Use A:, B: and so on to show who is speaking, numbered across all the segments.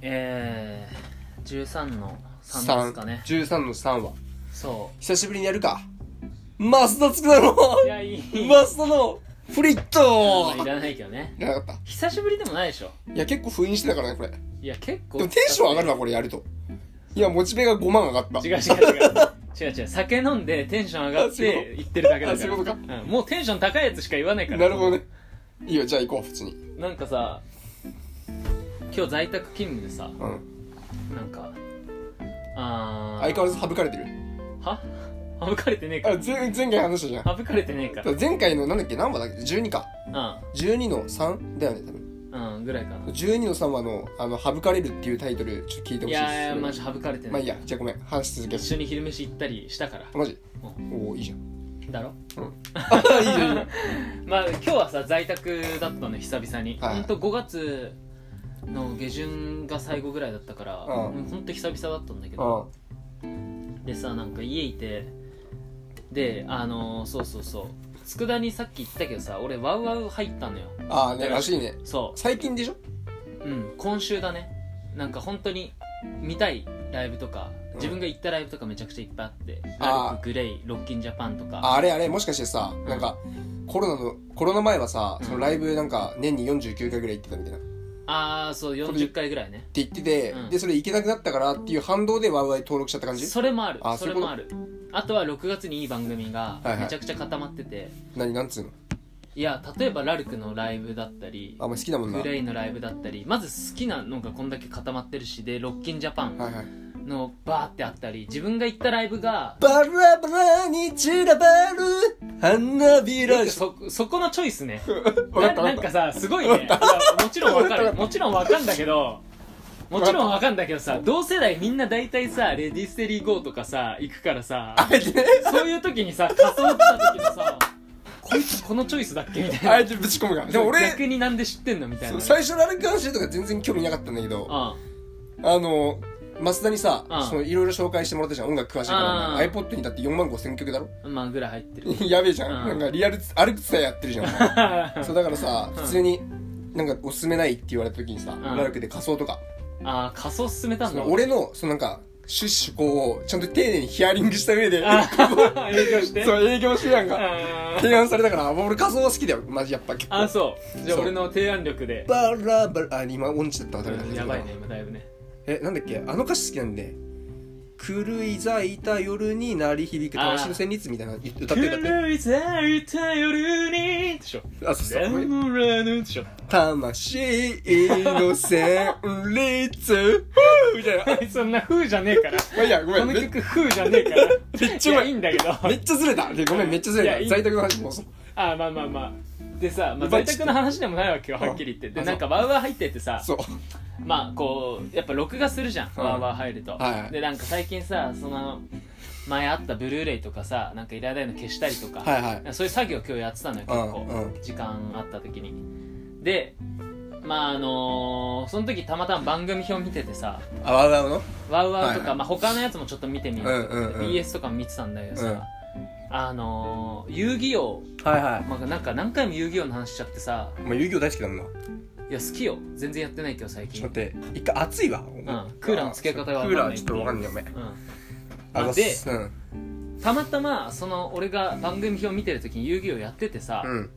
A: えー、13の3です
B: 三
A: かね
B: 13の3は。
A: そ
B: 久しぶりにやるか。増田つくだの
A: ういやいい
B: 増田のフリット
A: いらないけどね
B: いらなかっ
A: 久しぶりでもないでしょ
B: た。いや、結構封印してたからね、これ。で
A: いや結構
B: もテンション上がるわ、これやると。いや、モチベが5万上がった。
A: 違う違う違う違う違う酒飲んでテンション上がっ
B: あそう
A: て言ってるだけだ
B: あ
A: か
B: そう
A: ら
B: いうことか
A: うん、もうテンション高いやつしか言わないから
B: なるほどね。いいよ、じゃあ行こう、普通に。
A: なんかさ今日在宅勤務でさ
B: うん。
A: なんかあー
B: 相変わらず省かれてる。
A: は省かれてねえ
B: あ、
A: か
B: 前前回話したじゃん。だ
A: 省かれてねえか
B: から前回のなんだっけ、何話だっけ ?12 か。12の 3? だよね、多
A: う
B: 分。
A: んうんぐらいかな
B: 12の3話の、あの、省かれるっていうタイトル、ちょっと聞いてほ
A: い
B: しいです。
A: やいやマジ省かれて
B: ま
A: な
B: あ
A: い
B: いいや、じゃあごめん。話し続ける
A: 一緒に昼飯行ったりしたから
B: あマジ
A: う
B: おおいいじゃ ん。
A: だろ
B: いいよいいよ。
A: まあ今日はさ在宅だったの久々に、
B: はい
A: ほんと5月の下旬が最後ぐらいだったから、
B: うん
A: ほんと久々だったんだけど、
B: あ
A: でさなんか家いてであのーそうそうそう佃にさっき言ったけどさ俺ワウワウ入ったのよ
B: あーね、らしいね。
A: そ
B: 最近でしょ
A: ううん今週だねなんか本当に見たいライブとか
B: ん
A: 自分が行ったライブとかめちゃくちゃいっぱいあって、
B: あー
A: ラルクグレイロッキンジャパンとか
B: ああれあれ、もしかしてさ、なんか、コロナの、コロナ前はさ、そのライブなんか年に49回ぐらい行ってたみたいな。って
A: ああそう40回ぐらいね
B: 言ってて
A: う、ん
B: で、それ行けなくなったからっていう反動でワイワイ登録しちゃった感じ
A: それもある
B: あ
A: それもあるあとは6月にいい番組が
B: はいはい
A: めちゃくちゃ固まってて、い
B: 何、なんつうの
A: や例えばラルクのライブだったり
B: あ、お前好きだもんな。
A: グ
B: はい
A: レイのライブだったりまず好きなのがこんだけ固まってるしでロッキンジャパン
B: はい。
A: のバーってあったり自分が行ったライブが
B: バラバラに散らばる花びらし。
A: そそこのチョイスね
B: わ
A: な
B: かった
A: な
B: わ
A: ん
B: か
A: か
B: っ
A: さすごいねいやもちろんわかるもちろんわかんだけどもちろんわかんだけどさ同世代みんな大体さレディステリー GO とかさ行くからさ
B: た。あえて ね、
A: そういう時にさ、仮装来た時のさ、こいつこのチョイスだっけみたいな。
B: あえてぶち込むから。でも俺、
A: 逆になんで知ってんのみたいな。
B: 最初のあれ関してとか全然興味なかったんだけど、
A: あ
B: あの、増田にさ
A: うん、
B: そのいろいろ紹介してもらったじゃん。音楽詳しいから。
A: う
B: お
A: ん
B: 前 iPod にだって4万5千曲だろ
A: あ、まあぐらい入ってる。
B: やべえじゃん。
A: う
B: なんんかリアルつ、歩くつさやってるじゃんお前。
A: あ
B: そうだからさ、普通に、なんかおすすめないって言われた時にさ、
A: ん
B: ラルクで仮想とか、
A: あ、仮装進めたん
B: そ
A: だ。
B: の俺の、そのなんか、趣旨こう、ちゃんと丁寧にヒアリングした上で、
A: あー営業して。
B: そう、営業してやんか。
A: あー
B: 提案されたから、あ俺仮想は好きだよ。マジやっぱ結構。
A: あ、そう。じゃあ
B: そう
A: 俺の提案力で。
B: バラバラ、あ、今音痴だったわ、誰だ
A: うんやばいね、今だいぶね。
B: えなんだっけあの歌詞好きなんで「狂い咲いた夜に鳴り響く楽しの旋律」みたいな歌って歌って
A: 狂い咲いた夜に。でしょ。
B: あそうそう
A: ラ
B: ごめん
A: ムラヌでしょ。
B: 魂の旋 律」みたいなま
A: そんな風じゃねえから。こ
B: あいいやごめん
A: の
B: め
A: 曲風じゃねえから。
B: めっちゃうまい
A: いやいいんだけど。
B: めっちゃずれたでごめんめっちゃず
A: いやい
B: れ
A: い
B: た在宅の話もそう
A: あーまあまあまあでさ、まあ、
B: まあ
A: 在宅の話でもないわけよ
B: うん
A: はっきり言って
B: あ
A: でなんかワウワウ入っててさ
B: そう
A: まあこうやっぱ録画するじゃん
B: うん
A: ワウワウ入ると、
B: はいはい
A: でなんか最近さその前あったブルーレイとかさなんかいらないの消したりとか、
B: はいはい
A: そういう作業今日やってたのよ結構、
B: うんう
A: 時間あった時にでまああのーその時たまたま番組表見ててさ
B: あわうわうの
A: ワウワウとか、
B: はいはい
A: まあ、他のやつもちょっと見てみようと思って、
B: うんうんうん
A: BS とかも見てたんだけどさ、あのー遊戯王
B: はいはい
A: まあ、なんか何回も遊戯王の話しちゃってさ
B: まあ遊戯王大好きだもんない
A: や好きよ全然やってないけど最
B: ち
A: 近
B: ょっと待って一回暑いわうん
A: クーラーの付け方がわかん
B: ク
A: ない
B: ーラーちょっとわかんないお前
A: うん
B: あ
A: あ
B: ざっ
A: です
B: うん
A: たまたまその俺が番組表見てる時に遊戯王やっててさ、
B: うん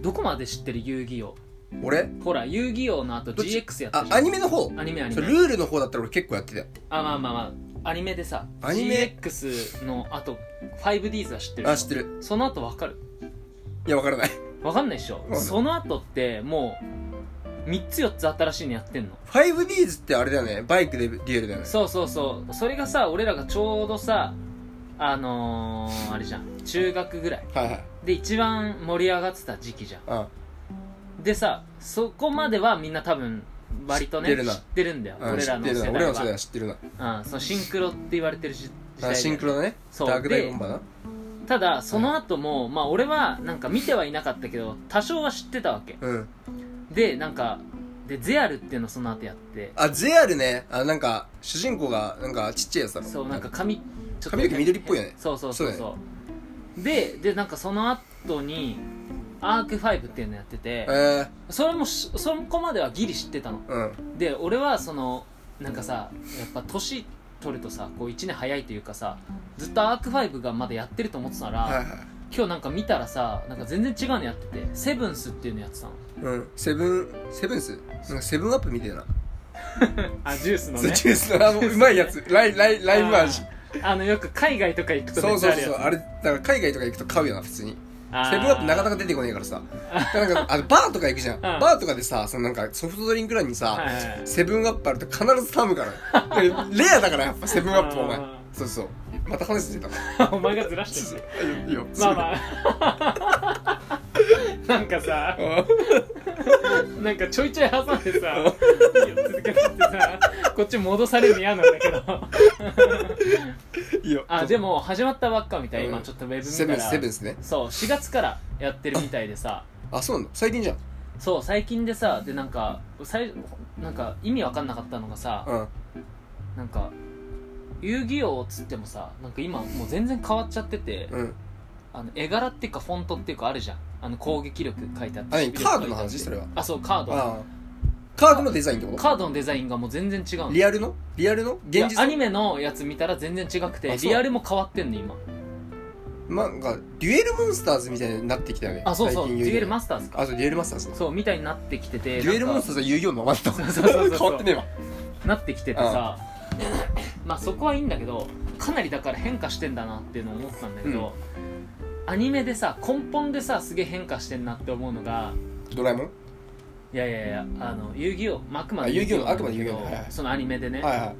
A: どこまで知ってる遊戯王
B: 俺
A: ほら遊戯王の後
B: どっち
A: GX やった
B: あ
A: じゃ
B: ア
A: ん
B: ニメの方
A: アニメアニ
B: そう
A: メ
B: ルールの方だったら俺結構やってたよ
A: あまあまあまあアニメでさ
B: アニメ
A: GX の後 5Ds は知ってる
B: あ知ってる
A: その後わかる
B: いやわからない
A: わかんないっしょ
B: んない
A: その後ってもう3つ4つ新しいのやってんの
B: 5Ds ってあれだよねバイクでデュエルだよね
A: そうそうそうそれがさ俺らがちょうどさあのー、あれじゃん中学ぐらい
B: はいはい
A: で一番盛り上がってた時期じゃ
B: うん
A: んでさそこまではみんな多分割とね知
B: 知ってるな
A: ってるんだよ、
B: うん
A: 俺らの世
B: 知っ
A: 代
B: てるな
A: は
B: 俺らの世代は知ってる
A: うん、そのシンクロって言われてる時時代
B: な
A: で
B: あシンクロだね
A: そう
B: ダークダイボンバーな
A: ただその後も、まあ俺はなんか見てはいなかったけど多少は知ってたわけ
B: うん
A: でなんかでゼアルっていうのその後やって
B: あゼアルねあなんか主人公がなんかちっちゃいやつだろ
A: そうなんか髪ちょっと
B: 髪の毛緑っぽいよね
A: そうそうそうそう
B: そ
A: ででなんかその後にアーク5っていうのやってて、
B: え
A: それもしそこまではギリ知ってたの
B: ー、うん
A: で俺はそのなんかさやっぱ年取るとさこう1年早いというかさずっとアーク5がまだやってると思ってたら、
B: はいはい
A: 今日なんか見たらさなんか全然違うのやっててセブンスっていうのやってたの
B: うんセブンセブンスなんかセブンアップみたいな、
A: あジュースの
B: ジュースのあのうまいやつライライライ ブ味
A: あのよく海外とか行くと
B: そ
A: め
B: う
A: っち
B: そ
A: ゃあ
B: う
A: るやつ
B: そうあれだから海外とか行くと買うよな普通に
A: あー
B: セブンアップなかなか出てこねえか らさなんかあのバーとか行くじゃん、バーとかでさそのなんかソフトドリンク欄にさ、
A: はいはいはい
B: セブンアップあると必ず頼 むからレアだからやっぱセブンアップお前
A: あー
B: そうそうまた話してた
A: お前がずらして る
B: いいよ
A: まあまあなんかさ
B: あ
A: なんかちょいちょい挟ん でさいいよ続けてってさこっち戻されるの嫌なんだけど
B: いいよ
A: あでも始まったばっかみたい今ちょっとウェブ
B: セブ
A: 見
B: ン
A: たら
B: セブンですね
A: そう4月からやってるみたいでさ
B: あそうなの最近じゃん
A: そう最近でさでなんかさいなんか意味わかんなかったのがさ、
B: うん
A: なんか遊戯王っつってもさなんか今もう全然変わっちゃってて、
B: うん
A: あの絵柄っていうかフォントっていうかあるじゃんあの攻撃力書いてあって
B: あ何
A: 守備力
B: カードの話
A: 書いて
B: それは
A: あそうカード
B: あーカードのデザインってこと
A: カードのデザインがもう全然違うの
B: リアルのリアルの
A: いや
B: 現実
A: アニメのやつ見たら全然違くて
B: あそう
A: リアルも変わってんの今
B: まあなんかデュエルモンスターズみたいになってきたよね
A: あそうそうデ
B: 言
A: ュエルマ
B: ス
A: スターズ
B: ターズ
A: か
B: あそうデュエルマスターズね
A: そうみたいになってきてて
B: デュエルモンスターズは遊戯王のままだったもん
A: そうそうそうそう
B: 変わってねえわ
A: なってきててさ、まあそこはいいんだけどかなりだから変化してんだなっていうのを思ったんだけど、アニメでさ根本でさすげえ変化してんなって思うのが
B: ドラえもん
A: いやいやいやあの遊戯王、まあ、あくまで
B: あ遊戯王
A: なんだけど
B: あくまで遊戯王ねはいはい
A: そのアニメでね、
B: はいはい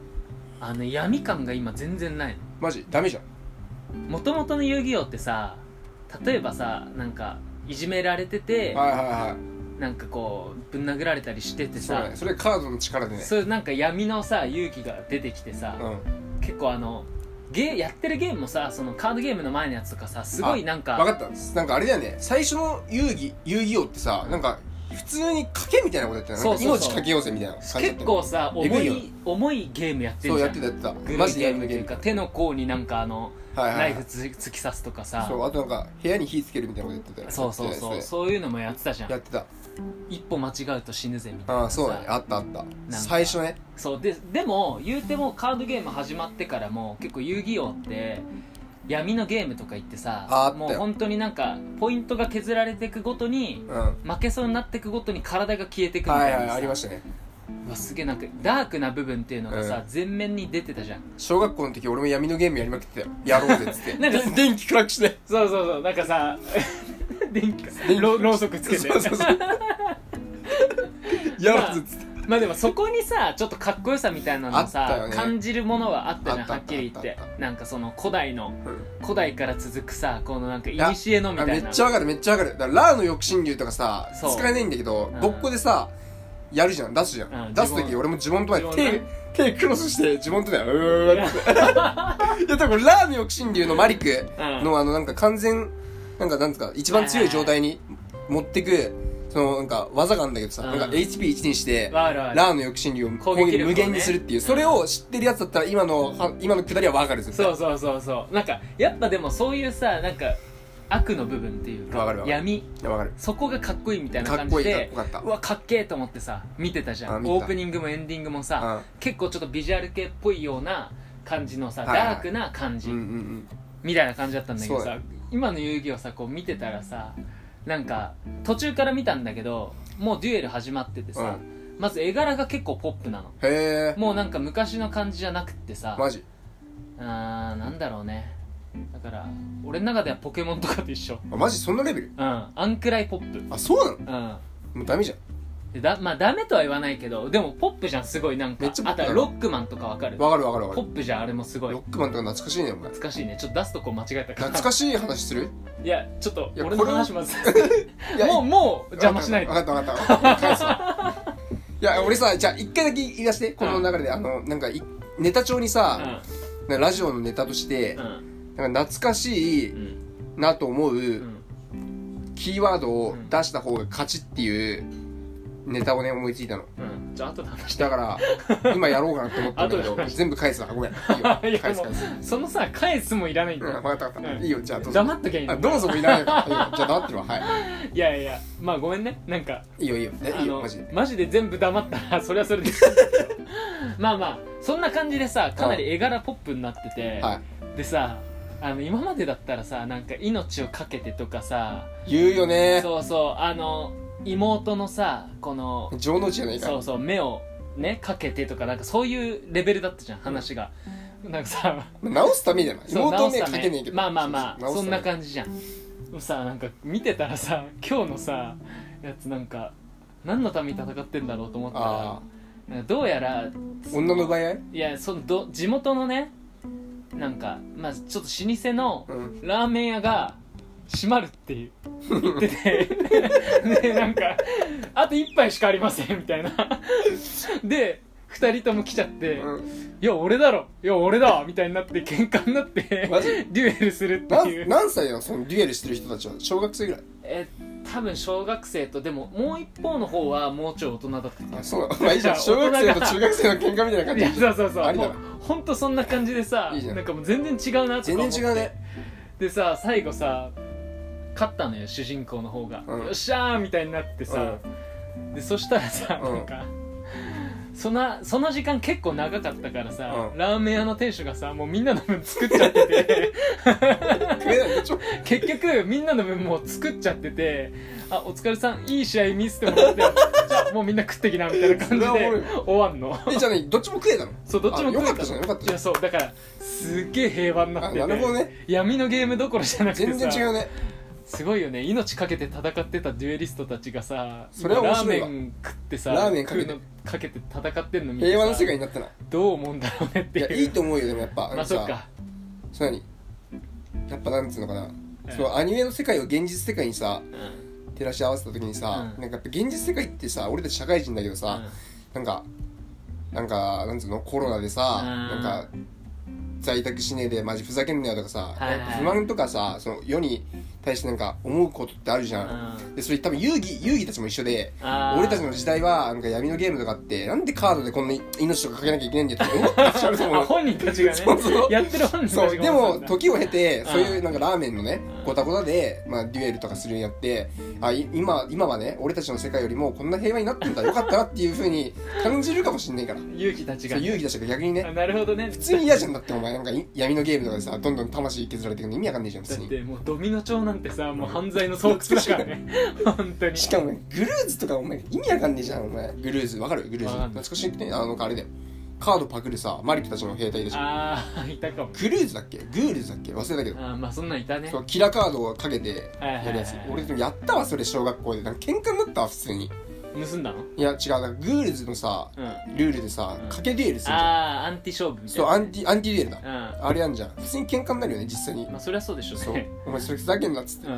A: あの闇感が今全然ない
B: マジダメじゃん
A: のもともとの遊戯王ってさ例えばさなんかいじめられてて、
B: はいはいはい
A: なんかこうぶん殴られたりしてて
B: そう
A: さ
B: だねそれカードの力でね
A: そういうなんか闇のさ勇気が出てきてさ、
B: うん
A: 結構あのゲーやってるゲームもさそのカードゲームの前のやつとかさすごいなんか
B: 分かったなんかあれだよね最初の遊戯遊戯王ってさなんか普通に賭けみたいなことやってたよ
A: そう
B: ね
A: そうそう
B: 命かけようぜみたいな感じだったよね
A: 結構さ
B: えぐ
A: 重
B: いよ
A: い重いゲームやってる
B: そう
A: じゃ
B: や
A: ん
B: ってたやって
A: グ
B: た
A: ル
B: マジで
A: ゲ
B: や
A: ームと
B: るゲ
A: い
B: ー
A: うか
B: ム
A: 手の甲になんかあの
B: はいは
A: ナ
B: い
A: イ
B: は
A: フ
B: い
A: つ突き刺すとかさ
B: そうあとなんか部屋に火つけるみたいなことやってたよ
A: そうそう
B: や
A: そう
B: って
A: そういうのもやってたじゃ
B: たや
A: ん
B: ってた
A: 一歩間違うと死ぬぜみたい
B: ああ
A: な
B: そうだね
A: さ
B: あったあった
A: か
B: 最初ね
A: そうででも言うてもカードゲーム始まってからも結構遊戯王って闇のゲームとか言って
B: ああ
A: さ
B: ったよ
A: もう本当になんかポイントが削られていくごとに
B: うんは
A: 負けそうになっていくごとに体が消えてい
B: い
A: くみた
B: はいい
A: なさ
B: ありましたね
A: うわすげえなんかダークな部分っていうのがさ、
B: うん
A: 前面に出てたじゃん
B: 小学校の時俺も闇のゲームやりまくってたよやろうぜっつ って
A: なんか
B: で電気暗くして
A: そうそうそうなんかさ電気か
B: 電気
A: ろろうそくつけて
B: そうそ うそうやろうぜっつって
A: まあでもそこにさちょっとかっこよさみたいなの
B: あった
A: さ、
B: よね
A: 感じるものはあったじゃん
B: あった
A: は
B: あ
A: っ
B: った
A: きり言って
B: あったあっ
A: なんかその古代の
B: うん
A: 古代から続くさこのなんかいにしえのみた
B: あ
A: いな
B: めっちゃわかるめっちゃわかるだからラーの抑止流とかさ
A: そう
B: 使えないんだけど
A: うん
B: ごっこでさやるじゃん出すじゃん、
A: うん
B: 出す
A: 呪
B: 時
A: 文
B: 俺も呪文とかやって
A: 呪
B: 手
A: 文
B: 手クロスして呪文とかやるうーわっていや多分ラーの抑止流のマリクの、あのなんか完全なんかなんですか一番強い状態に持ってくそのなんか技があるんだけどさ、
A: うん
B: なんか HP1 にして
A: わかるわかる
B: ラーの抑止流を攻
A: 攻撃
B: 撃
A: 力をね
B: 無限にするっていう、それを知ってるやつだったら今のは今のくだりはわかる絶対
A: そうそうそうそうなんかやっぱでもそういうさなんか悪の部分っていうか
B: わかるわかる
A: 闇
B: いやわかる
A: そこがかっこいいみたいな
B: かっ
A: 感
B: こ
A: じ
B: いいかっ
A: で
B: こよかった
A: うわかっけえと思ってさ見てたじゃ
B: あ
A: ん
B: 見た
A: オープニングもエンディングもさ、
B: うん
A: 結構ちょっとビジュアル系っぽいような感じのさ、
B: はいはい
A: ダークな感じ、
B: うんうんうん
A: みたいな感じだったんだけど
B: そうだ
A: さ今の遊戯をさこう見てたらさなんか途中から見たんだけどもうデュエル始まっててさ、
B: う
A: まず絵柄が結構ポップなの
B: へえ
A: もうなんか昔の感じじゃなくってさ
B: マジ
A: あーなんだろうねだから俺の中ではポケモンとかと一緒
B: あマジそんなレベル
A: うんあんくらいポップ
B: あそうなの
A: うん
B: もうダメじゃん
A: でだまあダメとは言わないけどでもポップじゃんすごいなんか
B: めっちゃポッ
A: あ
B: プ
A: と
B: だ
A: は
B: な
A: ロックマンとかわかる
B: わかるわかるわか
A: ポ
B: る
A: ップじゃんあれもすごい
B: ロックマンとか懐かしいねお前
A: 懐かしいねちょっと出すとこ間違えたから
B: 懐かしい話する
A: いやちょっと
B: いや
A: 俺の
B: これは
A: 話まず
B: いや
A: もうもう
B: い
A: 邪魔しないで
B: わかったわかったわかった返すわいや俺さじゃあ一回だけ言い出してこの流れであのなんかいネタ帳に
A: う
B: さ
A: ん
B: なんかラジオのネタとして
A: うん
B: なんか懐かし
A: う
B: い
A: ん
B: なと思
A: う
B: うんキーワードを出した方が勝ちっていうネタをね思いついたの
A: うんじゃあ後で話して
B: だから、今やろうかなって思ったんだ
A: 後
B: け
A: で
B: ど、
A: 話
B: 全部返すわ。ごめん。いいよ。
A: い
B: 返
A: や
B: す返す。
A: もうそのさ返すもいらないん
B: う
A: だ
B: ん、
A: よ
B: わかったわかった。
A: うん
B: いいよ、じゃあどうぞ。
A: 黙っときゃいい
B: あ
A: の
B: どうぞもいらないから。いいよじゃあ黙ってるわ。はい
A: やいやまあごめんねなんか
B: い。いいよ、いいよ。えい
A: あ
B: いよ、
A: の
B: マジで。
A: マジで全部黙ったらそれはそれでまあまあそんな感じでさかなり絵柄ポップになってて、
B: はい。
A: でさあの今までだったらさなんか命を懸けてとかさ
B: 言うよね。
A: そうそうあの妹のさこの
B: 情の内じゃないか
A: そう
B: ら。
A: そう目をねかけてとかなんかそういうレベルだったじゃん話が、なんかさ
B: まあ直すためじゃない。
A: そう
B: 妹
A: 直
B: ね、
A: す
B: か
A: た
B: けねえけ
A: め
B: ど。
A: まあまあまあ
B: うう
A: そんな
B: 直すため
A: 感じじゃんでもさなんか見てたらさ今日のさやつなんか何のために戦ってんだろうと思った
B: あ
A: らなんかどうやら
B: あ。女の奪い合い
A: いやそのど地元のねなんかまあちょっと老舗の
B: うん。
A: ラーメン屋が閉まるっていう言っててでなんか「あと1杯しかありません」みたいなで2人とも来ちゃって「
B: うん
A: いや俺だろいや俺だわ」みたいになって喧嘩になってデ
B: マジ
A: ュエルするって
B: ないん
A: う
B: 何歳なのそのデュエルしてる人たちは。小学生ぐらい。
A: え多分小学生とでももう一方の方はもうちょい大人だった気が
B: あ、
A: す
B: そうなの。まあいいじゃん。
A: いや
B: 小学生と
A: 大人が
B: 中学生の喧嘩みたいな感
A: るい
B: じ
A: や。 そうそうそ
B: あ
A: う
B: り
A: も
B: だ
A: う
B: な
A: ほんとそんな感じでさ
B: いいじゃん
A: なんかもう全然違うなとか思
B: 全
A: って
B: 然違うね。
A: でさ最後さ勝ったのよ主人公の方が、
B: うん
A: よっしゃーみたいになってさ、でそしたらさ、
B: うん
A: なんかそのその時間結構長かったからさ、
B: うん
A: ラーメン屋の店主がさもうみんなの分作っちゃって て
B: 食えないでしょ。
A: 結局みんなの分もう作っちゃってて「あお疲れさんいい試合見せてもらってじゃあもうみんな食ってきな」みたいな感じで
B: それはおもろい
A: 終わんの
B: え、じゃあね、どっちも食えたの
A: そうどっちも
B: あよか
A: 食
B: っ
A: え
B: たじゃん、よかった
A: い
B: じゃ
A: やそうだからすっげえ平和になっ
B: ん。あ、
A: てて
B: なるほどね。
A: 闇のゲームどころじゃなくてさ
B: 全然違うね。
A: すごいよね命かけて戦ってたデュエリストたちがさ
B: それは面白い
A: ラ
B: わ
A: ーメン食ってさ
B: ラーメンかけて
A: 食うのかけて戦ってんの見てさ
B: 平和な世界になったな。
A: どう思うんだろうねっ
B: い
A: ていう
B: や、いいと思うよ、でもやっぱ。
A: まあそっか
B: その何やっぱなんつうのかな、
A: うん
B: そのアニメの世界を現実世界にさ
A: うん
B: 照らし合わせた時にさ、
A: うん
B: なんかやっぱ現実世界ってさ俺たち社会人だけどさ、なんかなんかなんつうのコロナでさ、
A: うん
B: なんか在宅しねえでマジふざけんなよとかさ、
A: はいはい
B: やっぱ不満とかさその世に対してなんか思うことってあるじ
A: う
B: ゃん、
A: ん
B: でそれ多分遊戯遊戯たちも一緒で
A: あー
B: 俺たちの時代はなんか闇のゲームとかあってなんでカードでこんなに命とかかけなきゃいけないんだよって思ってらっしゃると思
A: あ
B: う
A: 本人たちがね
B: そうそう
A: やってる本人
B: そ
A: た
B: う
A: ちが
B: でも
A: と
B: 時を経て
A: うん
B: そういうなんかラーメンのね
A: うん
B: ごたごたで、まあ、デュエルとかするようになってあい今今はね俺たちの世界よりもこんな平和になってんだよかったなっていうふうに感じるかもしんないから
A: 勇気たち
B: そ
A: が
B: う勇気出したから逆にね
A: あなるほどね
B: 普通に嫌じゃんだってお前なんかい闇のゲームとかでさどんどん魂削られていくの意味わかんないじゃん
A: だ
B: 別
A: っ
B: に
A: てもうドミノ帳なんてさもう犯罪の巣窟だからね本当に
B: しかもねグルーズとかお前意味わかんないじゃんお前グルーズわかるグルーズ
A: わかんない
B: 懐かしいってねあのなんかあれだよカードパクるさマリコたちの兵隊でしょ
A: ああいたかも
B: グルーズだっけグールズだっけ忘れたけど
A: あーまあそんなんいたね
B: そうキラカードをかけてやるやつ
A: はいはいはい
B: 俺でもやったわそれ小学校でなんか喧嘩になったわ普通に
A: 盗んだの
B: いや違うなんかグールズのさ
A: うん
B: ルールでさ
A: うん
B: 賭けデュエルするじゃん
A: ああーアンティ勝負みたい
B: そう
A: な
B: アンティアンティデュエルだ
A: うん
B: あれやんじゃん普通に喧嘩になるよね実際に
A: まあそりゃそうでしょ
B: そ う
A: ね
B: お前それふざけんなっつって
A: うん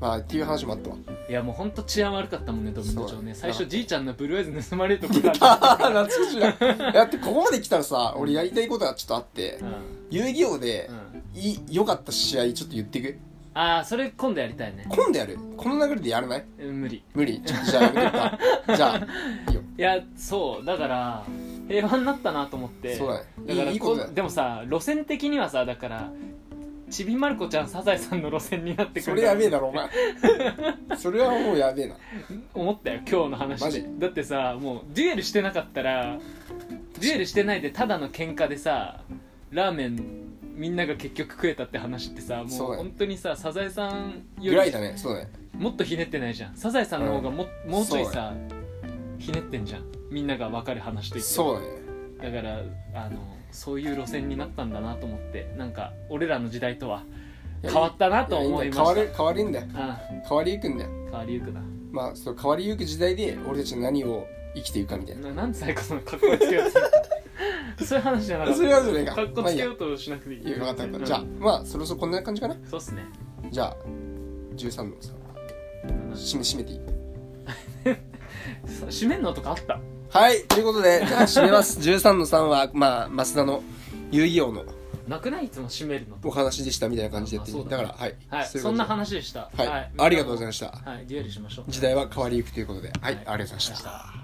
B: まあっていう話もあったわ
A: いやもうほんと治安悪かったもんねドミノ町ね
B: そう
A: 最初じいちゃんのブルーアイズ盗まれるとこだっ
B: あ
A: た、
B: はは懐かしいなだってここまで来たらさ俺やりたいことがちょっとあって
A: うん
B: 遊戯王で
A: うん、
B: い良かった試合ちょっと言ってく
A: ああそれ今度やりたいね
B: 今度やるこの流れでやらない
A: うん無理
B: 無理ちょっとじゃあやめ とくかじゃあいいよ
A: いやそうだから平和になったなと思って
B: そうだね
A: だから
B: いいいいことだよ
A: でもさ路線的にはさだからちびまる子ちゃんサザエさんの路線になってく
B: そ
A: る
B: れやべえだろ お前それはもうやべえな
A: 思ったよ今日の話
B: マ
A: で
B: ジ
A: だってさもうデュエルしてなかったらデュエルしてないでただの喧嘩でさラーメンみんなが結局食えたって話ってさ
B: そ
A: も
B: うだ
A: う
B: よ
A: 本当にさサザエさんよ
B: ぐらい
A: り
B: だねそうだね
A: もっとひねってないじゃんサザエさんの方がも,、もうちょい
B: そう
A: さひねってんじゃんみんなが分かる話といって
B: そうだね
A: だからあのそういう路線になったんだなと思ってなんか俺らの時代とはい
B: や
A: 変わったなと思いました
B: やんだよ変わる変わるんだよ
A: あ
B: 変わりゆくんだよ
A: 変わりゆくな
B: まあその変わりゆく時代で俺たちの何を生きていくかみたいな
A: ななんで最後その かっこつけようとするそういう話じゃなかった
B: それはそれが
A: かっこ
B: まあ
A: つ
B: いい
A: け
B: や
A: ようとしなくていい
B: いやよかったよかったじゃあまあそろそろこんな感じかな
A: そうっすね
B: じゃあ13のさ締め締めていい
A: さ閉めんのとかあった
B: はいということでじゃあ締めます13の3はまあ増田の遊戯王の
A: なくないいつも閉めるのと
B: お話でしたみたいな感じでやって
A: あ
B: み
A: そう
B: だ
A: だ
B: か
A: ね
B: らはい
A: はい
B: そういう
A: そん
B: こと
A: な
B: で
A: 話でした
B: はいありがとうございました
A: はいデュエルしましょう
B: 時代は変わりゆくということではいありがとうございま
A: ありがとうござい
B: し
A: ましたた